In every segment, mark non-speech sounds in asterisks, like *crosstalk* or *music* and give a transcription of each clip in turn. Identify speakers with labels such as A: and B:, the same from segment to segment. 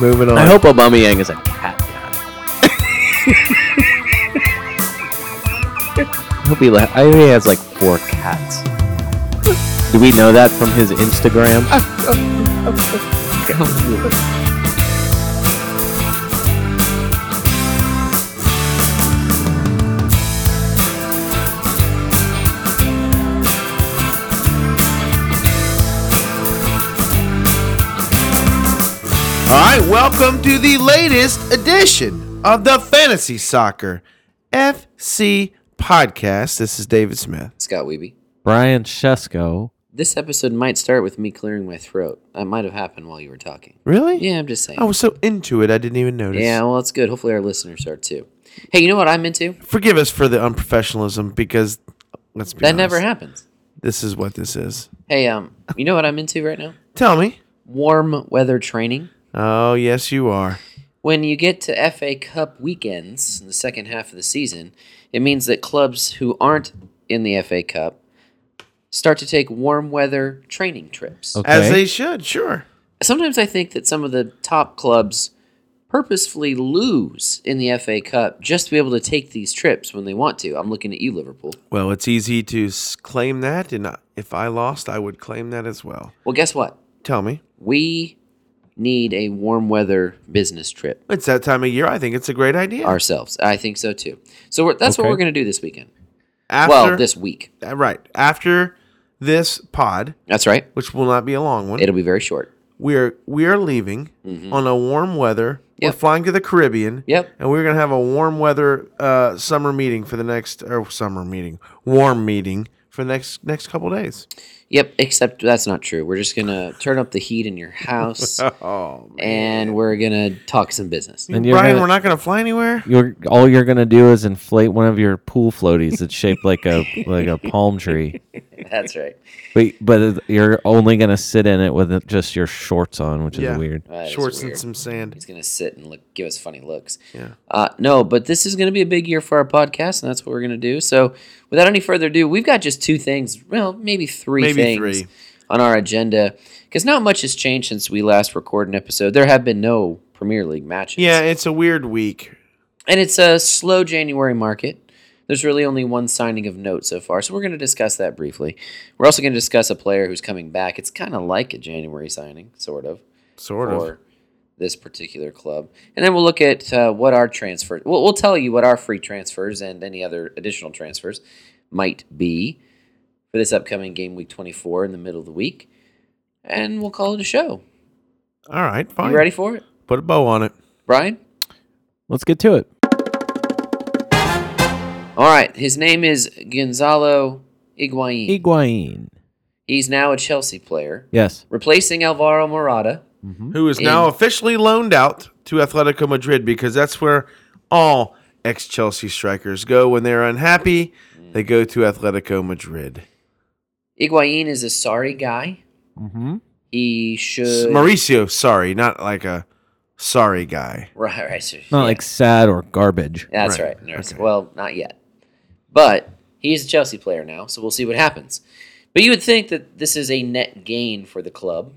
A: Moving on.
B: I hope Obama is a cat guy. *laughs* I hope he, la- I hope he has like four cats. Do we know that from
A: *laughs*
B: his Instagram?
A: All right, welcome to the latest edition of the Fantasy Soccer FC podcast. This is David Smith.
C: Scott Weeby.
B: Brian Shesko.
C: This episode might start with me clearing my throat. That might have happened while you were talking.
A: Really?
C: Yeah, I'm just saying.
A: I was so into it, I didn't even notice.
C: yeah, well, that's good. Hopefully, our listeners are too. Hey, you know what I'm into?
A: Forgive us for the unprofessionalism because let's be
C: That
A: honest,
C: never happens.
A: This is what this is.
C: Hey, um, you know what I'm into right now?
A: Tell me.
C: Warm weather training.
A: Oh yes, you are.
C: When you get to FA Cup weekends in the second half of the season, it means that clubs who aren't in the FA Cup start to take warm weather training trips.
B: Okay.
A: As they should, sure.
C: Sometimes I think that some of the top clubs purposefully lose in the FA Cup just to be able to take these trips when they want to. I'm looking at you, Liverpool.
A: Well, it's easy to s- claim that, and I- if I lost, I would claim that as well.
C: Well, guess what?
A: Tell me.
C: We need a warm weather business trip
A: It's that time of year. I think it's a great idea.
C: ourselves. I think so too. So we're, that's
B: Okay.
C: what we're going to do this weekend.
A: after,
C: well, this week.
A: uh, right after this pod,
C: That's right.
A: which will not be a long one.
C: It'll be very short.
A: we are we are leaving on a warm weather. We're
C: Yep.
A: flying to the Caribbean.
C: Yep.
A: And we're gonna have a warm weather uh, summer meeting for the next or summer meeting, warm meeting for the next next couple days.
C: Yep, except that's not true. We're just going to turn up the heat in your house
A: Oh,
C: and we're going to talk some business.
B: And you're
A: Brian,
B: gonna-
A: we're not gonna fly anywhere.
B: You're all you're gonna do is inflate one of your pool floaties that's shaped
A: *laughs*
B: like a like a palm tree,
C: That's right.
B: but but you're only gonna sit in it with just your shorts on, which is
A: Yeah.
B: weird.
C: That is
A: Shorts and
C: weird.
A: some sand.
C: He's gonna sit and look, give us funny looks.
A: Yeah.
C: Uh, no, but this is gonna be a big year for our podcast, and that's what we're gonna do. So, without any further ado, we've got just two things, well, maybe three
A: Maybe
C: things
A: three.
C: on our agenda, because not much has changed since we last recorded an episode. There have been no Premier League matches.
A: Yeah, it's a weird week.
C: and it's a slow January market. There's really only one signing of note so far, so we're going to discuss that briefly. We're also going to discuss a player who's coming back. It's kind of like a January signing, sort of
A: Sort of.
C: for this particular club. And then we'll look at uh, what our transfer. We'll, we'll tell you what our free transfers and any other additional transfers might be for this upcoming game week 24 in the middle of the week. And we'll call it a show.
A: All right, fine.
C: You ready for it,
A: Put a bow on it.
C: Brian?
B: Let's get to it.
C: All right. His name is Gonzalo Higuain.
B: Iguain.
C: He's now a Chelsea player,
B: Yes.
C: replacing Alvaro Morata.
A: Who is now officially loaned out to Atletico Madrid because that's where all ex Chelsea strikers go when they're unhappy. They go to Atletico Madrid.
C: Higuain is a sorry guy.
B: Mm-hmm.
C: He
A: S-
C: should.
A: Mauricio, sorry, not like a sorry guy.
C: Right, right. so-
B: Not
C: yeah.
B: like sad or garbage.
C: That's
A: Right,
C: right. Nurse. Well, not yet. But he's a Chelsea player now, so we'll see what happens. But you would think that this is a net gain for the club.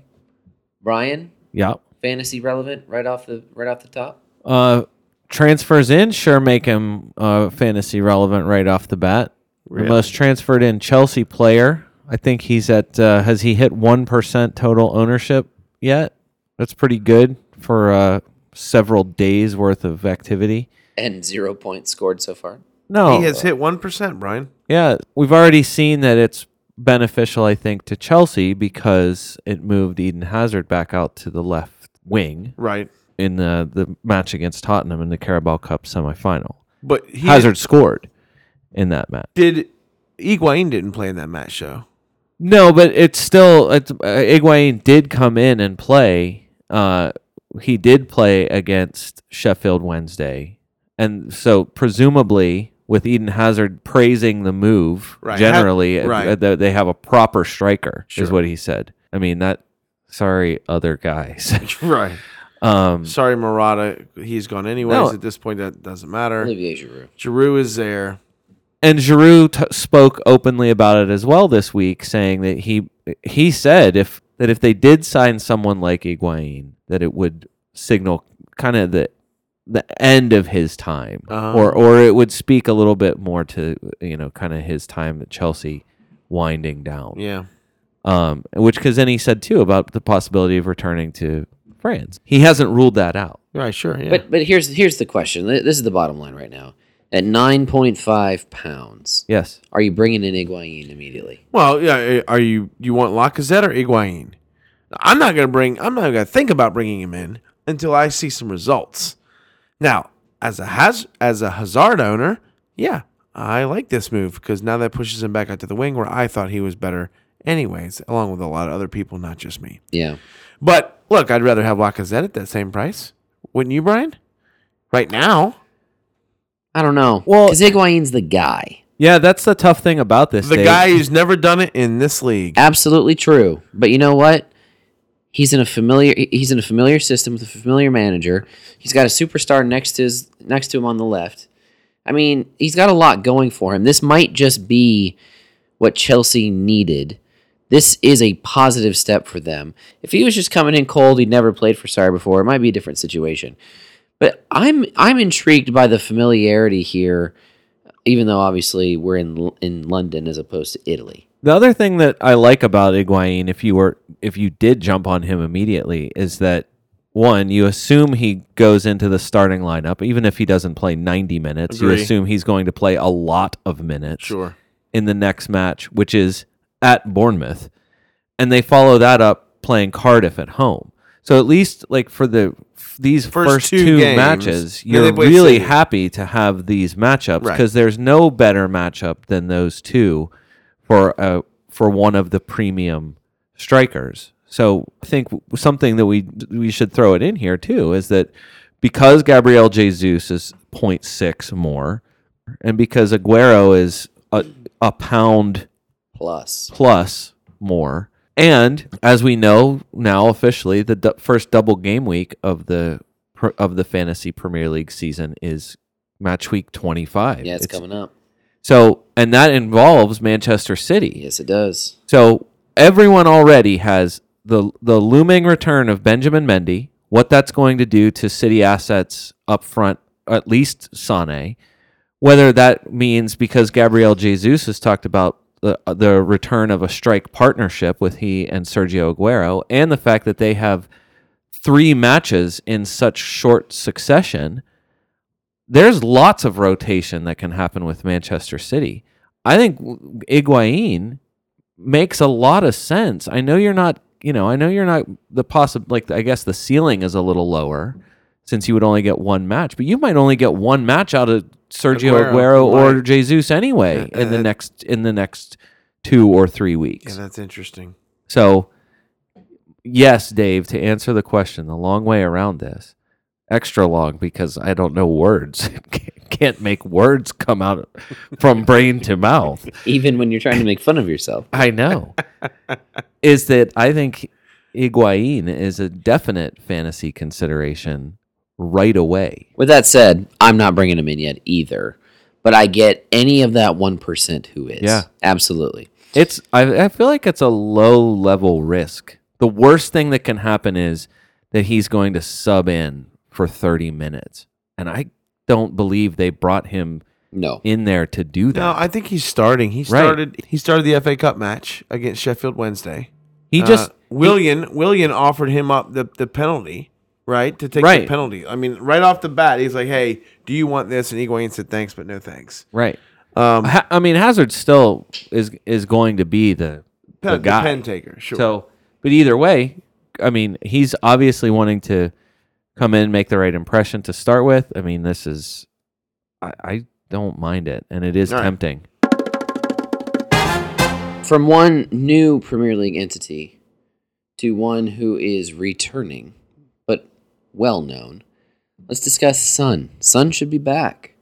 C: Brian,
B: Yeah.
C: fantasy relevant right off the right off the top.
B: Uh, transfers in sure make him uh, fantasy relevant right off the bat.
A: Really?
B: The most transferred in Chelsea player. I think he's at. Uh, has he hit one percent total ownership yet? That's pretty good for uh, several days worth of activity.
C: And zero points scored so far.
B: No,
A: He has hit 1%, Brian.
B: Yeah, we've already seen that it's beneficial, I think, to Chelsea because it moved Eden Hazard back out to the left wing
A: Right.
B: in the, the match against Tottenham in the Carabao Cup semifinal.
A: But he
B: Hazard scored in that match.
A: did. Iguain didn't play in that match, though.
B: No, but it's still it's uh, Higuain did come in and play. Uh, he did play against Sheffield Wednesday, and so presumably with Eden Hazard praising the move
A: Right.
B: generally,
A: Ha- right.
B: uh, that they have a proper striker
A: Sure.
B: is what he said. I mean that. Sorry, other guys.
A: *laughs*
B: *laughs*
A: Right.
B: um,
A: Sorry, Murata. He's gone anyways.
B: No.
A: At this point, that doesn't matter.
C: Olivier Giroud.
A: Giroud is there.
B: and Giroud t- spoke openly about it as well this week, saying that he he said if that if they did sign someone like Higuain, that it would signal kind of the the end of his time,
A: Uh-huh.
B: or or it would speak a little bit more to you know kind of his time at Chelsea winding down.
A: Yeah.
B: Um, which because then he said too about the possibility of returning to France. He hasn't ruled that out.
A: Right. Sure. Yeah.
C: But but here's here's the question. Th- This is the bottom line right now. At nine point five pounds,
B: Yes,
C: are you bringing in Iguain immediately?
A: well, yeah. eh, Are you you want Lacazette or Iguain? I'm not gonna bring. I'm not gonna think about bringing him in until I see some results. Now, as a Haz, as a Hazard owner, yeah, I like this move because now that pushes him back out to the wing where I thought he was better. Anyways, along with a lot of other people, not just me.
C: Yeah.
A: But look, I'd rather have Lacazette at that same price, wouldn't you, Brian? Right now,
C: I don't know.
B: Well-
C: because Iguain's the guy.
B: yeah, that's the tough thing about this.
A: the
B: Dave.
A: guy who's never done it in this league.
C: Absolutely true. But you know what? He's in a familiar he- he's in a familiar system with a familiar manager. He's got a superstar next to his next to him on the left. I mean, he's got a lot going for him. This might just be what Chelsea needed. This is a positive step for them. If he was just coming in cold, he'd never played for Sarri before, it might be a different situation. But I'm I'm intrigued by the familiarity here, even though obviously we're in L- in London as opposed to Italy.
B: The other thing that I like about Iguain, if you were if you did jump on him immediately, is that one, you assume he goes into the starting lineup, even if he doesn't play ninety minutes. You
A: Agree.
B: assume he's going to play a lot of minutes
A: Sure.
B: in the next match, which is at Bournemouth, and they follow that up playing Cardiff at home. So at least like for the f- these
A: First
B: first,
A: two
B: two,
A: games,
B: matches,
A: yeah, they
B: you're
A: play
B: really
A: City.
B: happy to have these matchups
A: Right.
B: because there's no better matchup than those two for uh, for one of the premium strikers. So I think w- something that we we should throw it in here too is that because Gabriel Jesus is 0.6 more, and because Aguero is a, a pound
C: Plus.
B: plus more, and as we know now officially, the du- first double game week of the pr- of the fantasy Premier League season is match week 25.
C: Yeah, it's,
B: It's-
C: coming up.
B: So, and that involves Manchester City.
C: Yes, it does.
B: So everyone already has the the looming return of Benjamin Mendy. What that's going to do to City assets up front, at least Sane. Whether that means because Gabriel Jesus has talked about the the return of a strike partnership with he and Sergio Aguero, and the fact that they have three matches in such short succession, there's lots of rotation that can happen with Manchester City. I think Iguain makes a lot of sense. I know you're not, you know, I know you're not the possible. Like I guess the ceiling is a little lower since you would only get one match, but you might only get one match out of Sergio
A: Aguero,
B: Aguero, or
A: right.
B: Jesus anyway
A: Yeah,
B: in the
A: uh,
B: next in the next two or three
A: Yeah,
B: weeks.
A: that's interesting.
B: So, yes, Dave, to answer the question, the long way around this, extra long because I don't know words. *laughs* Can't make words come out from brain to mouth.
C: Even when you're trying to make fun of yourself.
B: I know. is that I think Iguain is a definite fantasy consideration right away.
C: With that said, I'm not bringing him in yet either. But I get any of that 1% who is.
B: Yeah.
C: Absolutely.
B: It's I, I feel like it's a low level risk. The worst thing that can happen is that he's going to sub in for 30 minutes. And I don't believe they brought him
C: No.
B: in there to do that.
A: No, I think he's starting. He
B: Right.
A: started. He started the FA Cup match against Sheffield Wednesday.
B: he just
A: uh, William William offered him up the, the penalty, right? To take the
B: Right.
A: penalty. I mean, right off the bat, he's like, "Hey, do you want this?" And Iguain said, "Thanks, but no thanks."
B: right.
A: Um,
B: Ha- I mean Hazard still is is going to be the
A: pen,
B: the
A: the
B: guy.
A: pen taker, sure.
B: So, but either way, I mean, he's obviously wanting to come in, make the right impression to start with. I mean, this is, I, I don't mind it, and it is
A: All right.
B: tempting.
C: From one new Premier League entity to one who is returning, but well known, let's discuss Sun. Sun should be back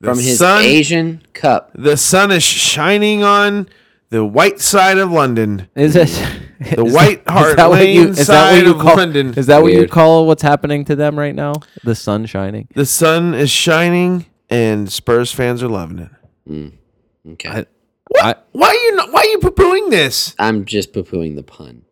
A: the
C: from his
A: sun,
C: Asian Cup.
A: the sun is shining on the white side of London.
B: *laughs* Is it
A: The White Hart Lane side of
B: call,
A: London.
B: Is that what you
C: Weird.
B: call what's happening to them right now? The sun shining.
A: The sun is shining, and Spurs fans are loving it.
C: Okay.
B: I-
A: What? why are you not, Why are you poo pooing this?
C: I'm just poo pooing the pun.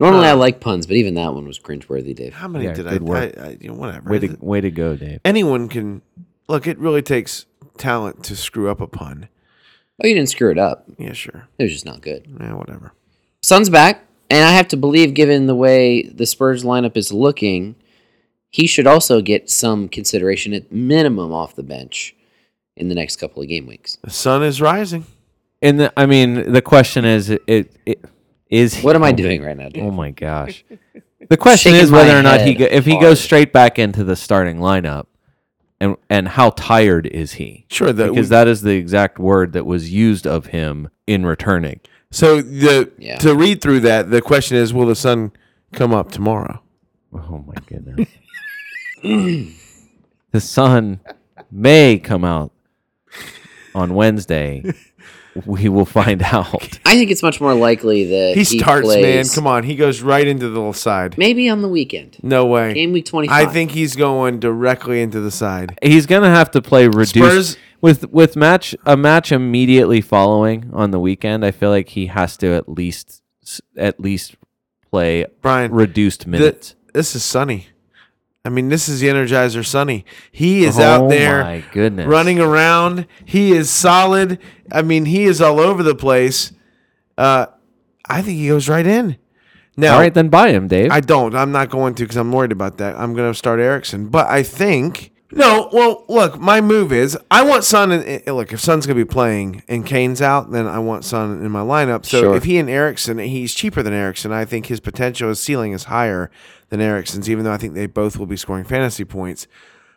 C: Normally,
B: Uh,
C: I like puns, but even that one was cringeworthy, Dave.
A: How many
B: Yeah,
A: did I,
B: good work.
A: I, I? you know, Whatever.
B: Way to way to go, Dave.
A: Anyone can look. It really takes talent to screw up a pun.
C: Oh, you didn't screw it up.
A: Yeah, sure.
C: It was just not good.
A: Yeah, whatever.
C: Sun's back, and I have to believe, given the way the Spurs lineup is looking, he should also get some consideration at minimum off the bench in the next couple of game weeks.
A: The sun is rising.
B: And the, I mean, the question is, it, it is. he-
C: What am I doing right now? Dave?
B: Oh
A: *laughs*
B: my gosh. The question
C: Shaking
B: is whether
C: my
B: or not he
C: head
B: go, if he
C: hard.
B: goes straight back into the starting lineup, and and how tired is he?
A: Sure. The,
B: Because that is the exact word that was used of him in returning.
A: so the
C: Yeah.
A: to read through that, the question is, will the sun come up tomorrow?
B: Oh my goodness. the sun may come out on Wednesday. We will find out.
C: I think it's much more likely that
A: He, starts, man.
C: plays
A: Come on. He goes right into the little side.
C: Maybe on the weekend,
A: No way.
C: game week
A: I
C: twenty-five.
A: think he's going directly into the side.
B: He's gonna have to play reduced
A: Spurs-
B: with with match a match immediately following on the weekend. I feel like he has to at least s- at least play
A: Brian,
B: reduced
A: th-
B: minutes.
A: this is Sunny. I mean, this is the Energizer Sunny. He is
B: Oh
A: out there.
B: my goodness.
A: running around. He is solid. I mean, he is all over the place. Uh, I think he goes right in. Now,
B: All right, then buy him, Dave.
A: I don't. I'm not going to because I'm worried about that. I'm going to start Erickson, but I think no. Well, look, my move is I want Son. And, eh, look, if Son's going to be playing and Kane's out, then I want Son in my lineup. So
C: Sure.
A: if he and Erickson, he's cheaper than Erickson. I think his potential, his ceiling is higher than Erickson's, even though I think they both will be scoring fantasy points.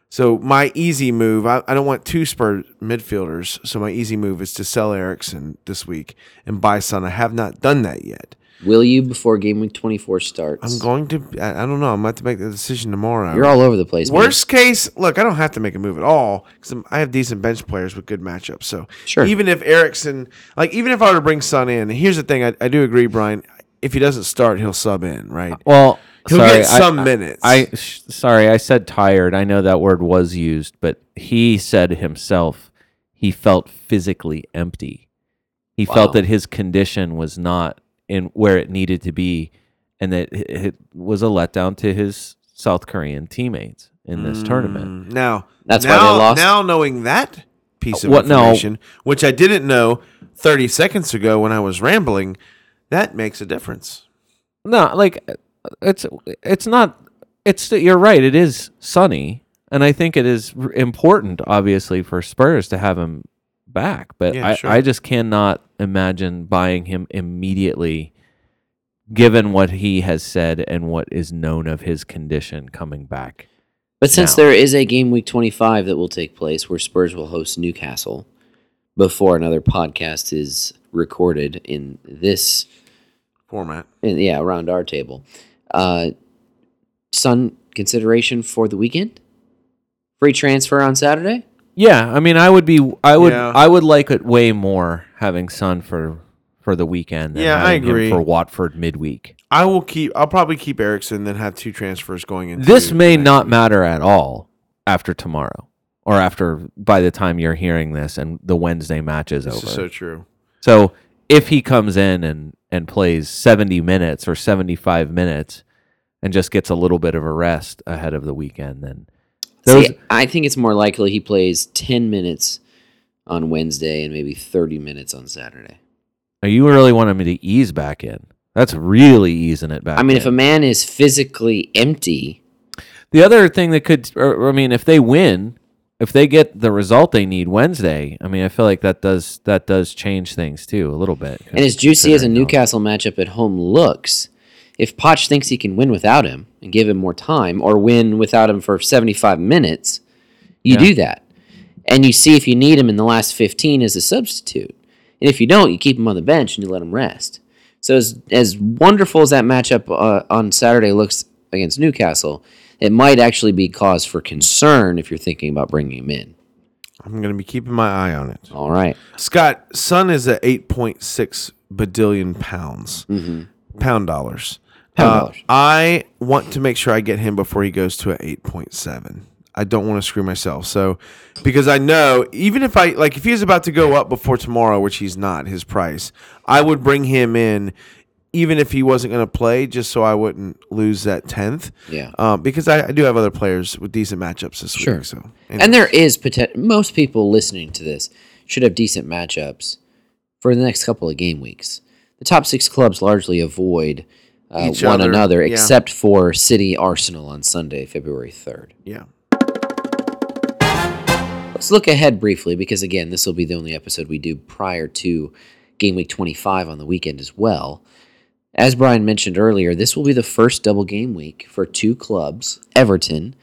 A: So my easy move, I, I don't want two Spurs midfielders. So my easy move is to sell Erickson this week and buy Son. I have not done that yet.
C: Will you before game week twenty-four starts?
A: I'm going to. I I don't know. I'm about to make the decision tomorrow.
C: You're all over the place. man.
A: Worst case, look, I don't have to make a move at all because I have decent bench players with good matchups. So
C: Sure.
A: even if Erickson, like even if I were to bring Son in, here's the thing, I, I do agree, Brian. If he doesn't start, he'll sub in, right?
B: Uh, well,
A: He'll
B: sorry,
A: get
B: I-
A: some
B: I,
A: minutes.
B: I sh- sorry, I said tired. I know that word was used, but he said himself he felt physically empty. He
C: Wow.
B: felt that his condition was not in where it needed to be, and that it- it was a letdown to his South Korean teammates in this tournament.
A: Mm, now
C: That's why they
A: now,
C: lost.
A: Now knowing that piece of
B: Uh, What- no.
A: information, which I didn't know 30 seconds ago when I was rambling, that makes a difference.
B: No, like it's it's not. It's you're right. It is sunny, and I think it is r- important, obviously, for Spurs to have him back. But
A: Yeah,
B: I,
A: sure.
B: I just cannot imagine buying him immediately, given what he has said and what is known of his condition coming back.
C: But since
B: now.
C: there is a game week 25 that will take place where Spurs will host Newcastle before another podcast is recorded in this,
A: Format.
C: in, yeah, around our table, uh, Sun consideration for the weekend? Free transfer on Saturday?
B: Yeah, I mean, I would be, I would,
A: Yeah.
B: I would like it way more having Sun for for the weekend. Than
A: Yeah, I
B: having him
A: agree.
B: for Watford midweek.
A: I will keep. I'll probably keep Erickson, then have two transfers going into
B: this may
A: next
B: not
A: week.
B: matter at all after tomorrow or after by the time you're hearing this and the Wednesday match is
A: This
B: over.
A: is
B: so,
A: so true.
B: if he comes in and and plays 70 minutes or 75 minutes and just gets a little bit of a rest ahead of the weekend then those
C: See, I think it's more likely he plays 10 minutes on Wednesday and maybe 30 minutes on Saturday.
B: Now, you really wanted me to ease back in. That's really easing it back.
C: I
B: in.
C: mean, if a man is physically empty,
B: The other thing that could, or, or, I mean, if they win, if they get the result they need Wednesday, I mean, I feel like that does that does change things too a little bit.
C: And as juicy as a
B: considering how-
C: Newcastle matchup at home looks, if Poch thinks he can win without him and give him more time, or win without him for 75 minutes, you
B: Yeah.
C: do that. And you see if you need him in the last 15 as a substitute. And if you don't, you keep him on the bench and you let him rest. So, as, as wonderful as that matchup uh, on Saturday looks against Newcastle, it might actually be cause for concern if you're thinking about bringing him in.
A: I'm going to be keeping my eye on it.
C: All right.
A: Scott, Sun is at 8.6 badillion pounds, pound dollars.
C: Mm-hmm.
A: Uh,
C: Pound dollars.
A: I want to make sure I get him before he goes to an 8.7. I don't want to screw myself. So, because I know even if I like, if he was about to go up before tomorrow, which he's not, his price, I would bring him in even if he wasn't going to play, just so I wouldn't lose that tenth.
C: Yeah.
A: Um, because I, I do have other players with decent matchups this
C: Sure.
A: week. So
C: And there is potential. Most people listening to this should have decent matchups for the next couple of game weeks. The top six clubs largely avoid uh,
A: Each
C: one
A: other,
C: another,
A: yeah.
C: except for City Arsenal on Sunday, February 3rd.
A: yeah,
C: Let's look ahead briefly because, again, this will be the only episode we do prior to game week 25 on the weekend as well. As Brian mentioned earlier, this will be the first double game week for two clubs, Everton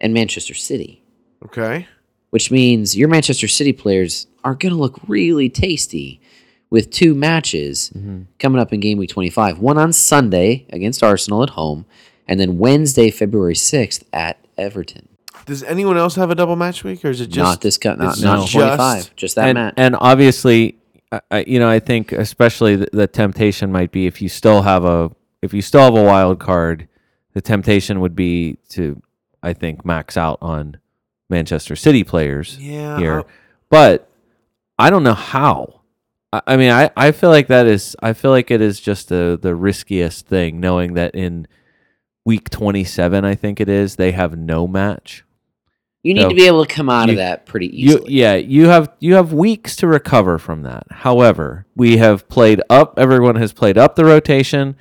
C: and Manchester City.
A: okay,
C: which means your Manchester City players are going to look really tasty with two matches
B: Mm-hmm.
C: coming up in game week 25. One on Sunday against Arsenal at home, and then Wednesday, February 6th at Everton.
A: does anyone else have a double match week, or is it just
C: not this cut, not,
A: it's
C: not
A: just-
C: 25, just that
B: and,
C: match.
B: and obviously, I- I, you know, I think especially the, the temptation might be if you still have a if you still have a wild card, the temptation would be to, I think, max out on Manchester City players
A: Yeah, uh,
B: here.
A: I-
B: but I don't know how. I, I mean, I, I feel like that is I feel like it is just the the riskiest thing, knowing that in week twenty seven, I think it is, they have no match.
C: you need
B: so
C: to be able to come out of
B: you-
C: that pretty
B: You,
C: easily.
B: yeah, you have you have weeks to recover from that. However, we have played up. Everyone has played up the rotation.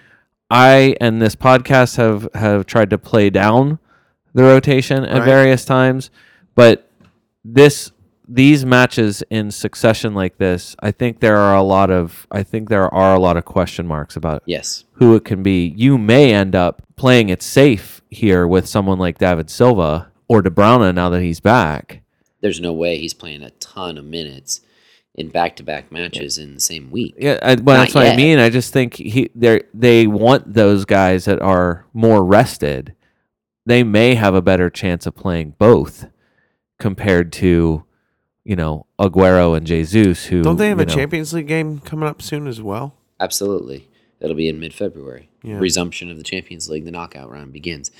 B: I and this podcast have have tried to play down the rotation at
A: Right.
B: various times, but this these matches in succession like this, I think there are a lot of I think there are a lot of question marks about
C: Yes.
B: who it can be. You may end up playing it safe here with someone like David Silva or De Bruyne now that he's back.
C: There's no way he's playing a ton of minutes in back to back matches in the same week.
B: Yeah, I, well, that's
C: Not
B: what
C: yet.
B: I mean. I just think he they they want those guys that are more rested. They may have a better chance of playing both compared to, you know, Aguero and Jesus. Who
A: Don't they have
B: you
A: a
B: know-
A: Champions League game coming up soon as well?
C: Absolutely. That'll be in mid February.
A: Yeah.
C: Resumption of the Champions League, the knockout round begins.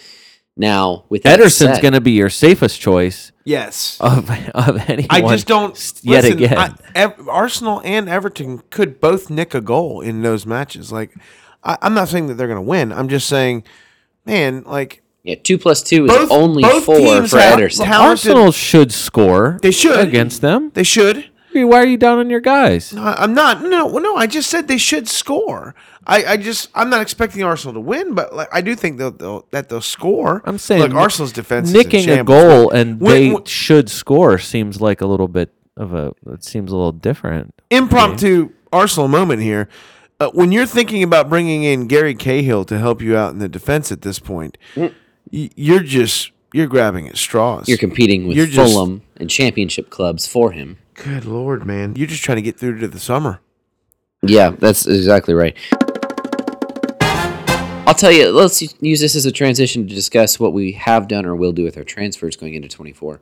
C: Now, with that
B: Ederson's
C: said-
B: going to be your safest choice
A: Yes.
B: of of anyone.
A: I just don't.
B: Uh, s- *laughs* yet
A: listen,
B: again.
A: I, Ev- Arsenal and Everton could both nick a goal in those matches. Like, I, I'm not saying that they're going to win. I'm just saying, man, like
C: Yeah, two plus two is
A: Both-
C: only
A: both
C: four
A: teams
C: for
A: have-
C: Ederson.
A: have- talented-
B: Arsenal should score.
A: They should.
B: against them.
A: they should.
B: I mean, Why are you down on your guys?
A: I- I'm not. No, well, no. I just said they should score. I, I just. I'm not expecting Arsenal to win, but like, I do think they'll, they'll that they'll score.
B: I'm saying
A: like
B: ni-
A: Arsenal's defense is in
B: nicking a
A: shambles.
B: goal and
A: When-
B: they
A: when-
B: should score seems like a little bit of a it seems a little different.
A: impromptu Arsenal moment here. Uh, when you're thinking about bringing in Gary Cahill to help you out in the defense at this point, y- you're just you're grabbing at straws.
C: Mm. You're competing with
A: You're just-
C: Fulham and championship clubs for him.
A: Good lord, man! You're just trying to get through to the summer.
C: Yeah, that's exactly right. I'll tell you, let's use this as a transition to discuss what we have done or will do with our transfers going into 24,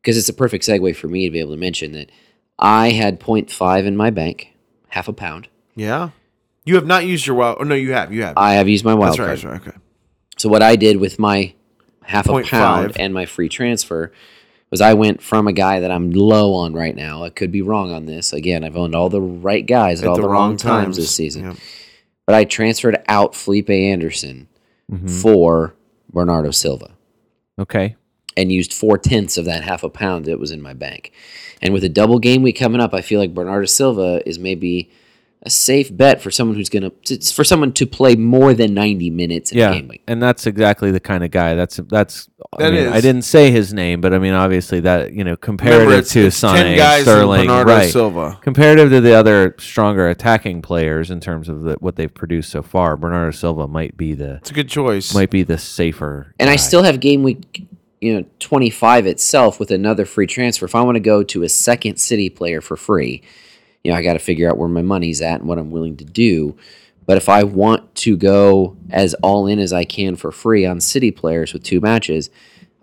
C: because it's a perfect segue for me to be able to mention that I had 0.5 in my bank, half a pound.
A: Yeah, you have not used your wild. Oh no, you have. You have.
C: I have used my
A: that's
C: wild
A: right.
C: card.
A: That's right. Okay.
C: So what I did with my half a
A: Point
C: pound
A: five.
C: and my free transfer was I went from a guy that I'm low on right now. I could be wrong on this. Again, I've owned all the right guys at, all the, wrong, times, this season.
A: Yep.
C: But I transferred out Felipe Anderson for Bernardo Silva
B: Okay.
C: and used four tenths of that half a pound that was in my bank. And with a double game week coming up, I feel like Bernardo Silva is maybe a safe bet for someone who's gonna for someone to play more than 90 minutes in a
B: Yeah.
C: game week.
B: And that's exactly the kind of guy. That's that's I,
A: That
B: mean,
A: is.
B: I didn't say his name, but I mean obviously that, you know, comparative
A: Remember, it's,
B: to
A: it's ten
B: Sane,
A: guys
B: Sterling,
A: and Bernardo
B: right.
A: Silva.
B: Comparative to the other stronger attacking players in terms of the, what they've produced so far, Bernardo Silva might be the
A: It's a good choice.
B: might be the safer.
C: and I
B: guy.
C: still have game week, you know, twenty five itself with another free transfer. If I want to go to a second city player for free, you know, I got to figure out where my money's at and what I'm willing to do. But if I want to go as all in as I can for free on city players with two matches,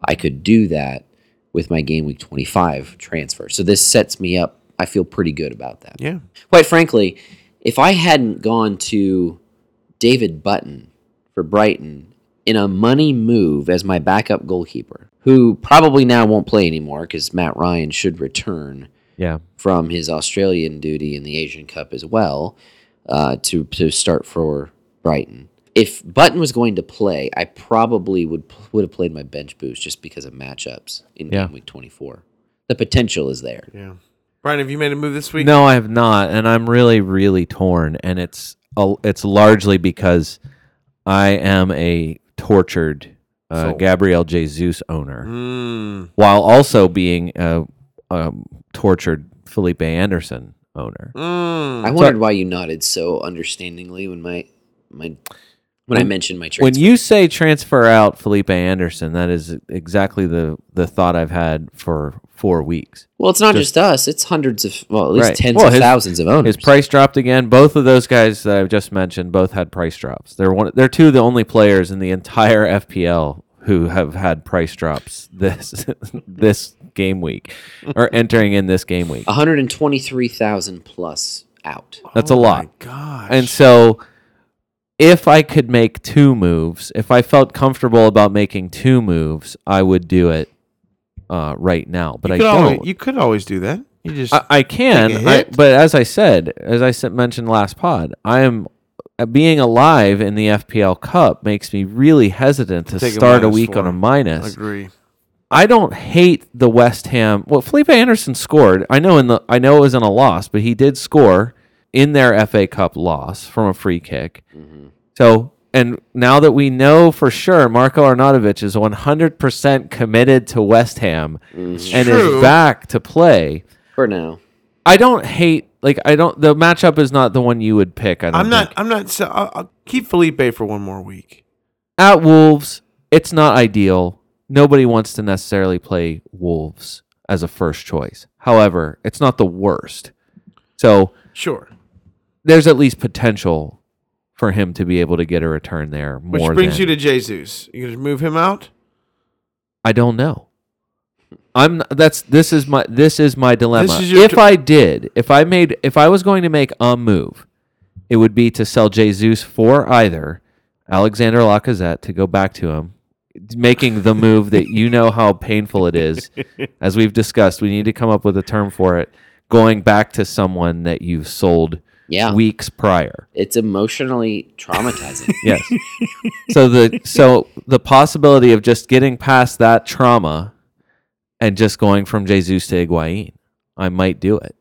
C: I could do that with my game week twenty five transfer. So this sets me up. I feel pretty good about that
A: yeah.
C: quite frankly, if I hadn't gone to David Button for Brighton in a money move as my backup goalkeeper, who probably now won't play anymore because Matt Ryan should return
B: Yeah.
C: from his Australian duty in the Asian Cup as well uh, to to start for Brighton. If Button was going to play, I probably would would have played my bench boost just because of matchups in
B: Yeah.
C: game week 24. The potential is there.
A: Yeah. Brian, have you made a move this week?
B: No, I have not, and I'm really, really torn, and it's a- it's largely because I am a tortured uh,
A: Soul.
B: Gabriel Jesus owner,
A: Mm,
B: while also being a, a tortured Felipe Anderson owner.
A: mm.
C: I wondered why you nodded so understandingly when my my when I
B: When-
C: mentioned my
B: When
C: transfer.
B: you say transfer out Felipe Anderson, that is exactly the the thought I've had for four weeks.
C: well, it's not
B: just-
C: just, us; it's hundreds of well, at least
B: Right.
C: tens
B: Well,
C: of
B: his-
C: thousands of owners.
B: His price dropped again. Both of those guys that I've just mentioned both had price drops. They're one. They're two of the only players in the entire *laughs* FPL who have had price drops this *laughs* this game week
A: *laughs*
B: or entering in this game week.
C: 123,000 plus out.
B: That's a
A: Oh
B: lot.
A: My gosh.
B: And so, if I could make two moves, if I felt comfortable about making two moves, I would do it uh, right now. But
A: you
B: I
A: could
B: don't. Uh,
A: always, you could always do that. You just
B: I, I can,
A: Take a
B: I,
A: hit.
B: but as I said, as I said, mentioned last pod, I am uh, being alive in the FPL Cup makes me really hesitant to
A: Take a
B: start a,
A: minus
B: week on
A: four.
B: a minus.
A: agree.
B: I don't hate the West Ham. Well, Felipe Anderson scored. I know in the I know it was in a loss, but he did score in their FA Cup loss from a free kick.
A: Mm-hmm.
B: So, and now that we know for sure Marco Arnautovic is 100% committed to West Ham and
A: True.
B: is back to play,
C: For now.
B: I don't hate like I don't the matchup is not the one you would pick. I don't
A: I'm not.
B: think.
A: I'm not. So I'll, I'll keep Felipe for one more week.
B: at Wolves. It's not ideal. Nobody wants to necessarily play Wolves as a first choice. However, it's not the worst. So
A: Sure,
B: there's at least potential for him to be able to get a return there
A: which
B: more
A: brings
B: than-
A: you to Jesus. You gonna move him out?
B: I don't know. I'm not- that's this is my this is my dilemma.
A: is your
B: if
A: di-
B: I did, if I made if I was going to make a move, it would be to sell Jesus for either Alexander Lacazette to go back to him, making the move that you know how painful it
A: *laughs*
B: is. As we've discussed, we need to come up with a term for it. Going back to someone that you've sold
C: Yeah.
B: weeks prior.
C: it's emotionally traumatizing.
B: *laughs* Yes. so the so the possibility of just getting past that trauma and just going from Jesus to Higuain, I might do it.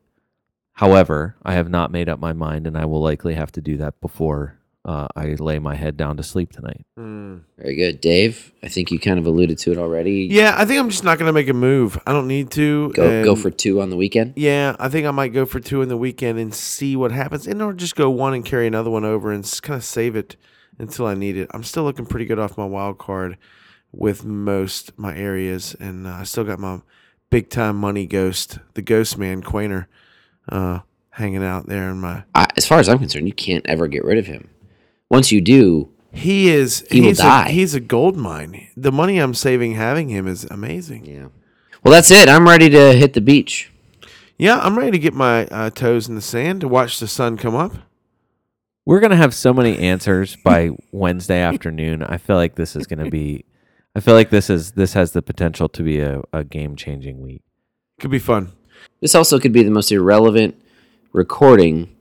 B: However, I have not made up my mind, and I will likely have to do that before uh, I lay my head down to sleep tonight.
A: Hmm.
C: Very good. Dave, I think you kind of alluded to it already.
A: Yeah, I think I'm just not gonna make a move. I don't need to.
C: Go go
A: and-
C: for two on the weekend.
A: Yeah, I think I might go for two in the weekend and see what happens, and or just go one and carry another one over and kind of save it until I need it. I'm still looking pretty good off my wild card with most my areas, and uh, I still got my big time money ghost, the ghost man Quainer, uh, hanging out there in my.
C: I, as far as I'm concerned, you can't ever get rid of him. Once you do,
A: He is.
C: He will
A: he's
C: die.
A: A, he's a gold mine. The money I'm saving having him is amazing.
C: yeah. Well, that's it. I'm ready to hit the beach.
A: Yeah, I'm ready to get my uh, toes in the sand to watch the sun come up.
B: We're gonna have so many answers *laughs* by Wednesday afternoon. I feel like this is gonna be. I feel like this is this has the potential to be a, a game changing week.
A: Could be fun.
C: This also could be the most irrelevant recording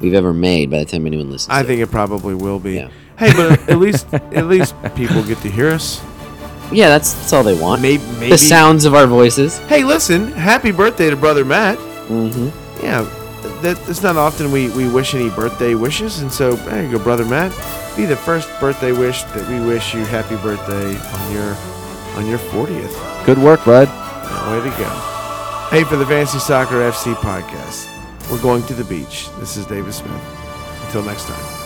C: we've ever made by the time anyone listens.
A: I
C: to
A: think it probably will be.
C: Yeah.
A: Hey, but at least at least people get to hear us.
C: it. Yeah, that's that's all they want.
A: Maybe, maybe.
C: The sounds of our voices.
A: Hey, listen! Happy birthday to brother Matt.
C: Mm-hmm.
A: Yeah, that it's not often we we wish any birthday wishes, and so there you go, brother Matt. Be the first birthday wish that we wish you happy birthday on your on your fortieth.
B: Good work, bud.
A: Way to go. Hey, for the Fantasy Soccer FC podcast, we're going to the beach. This is David Smith. Until next time.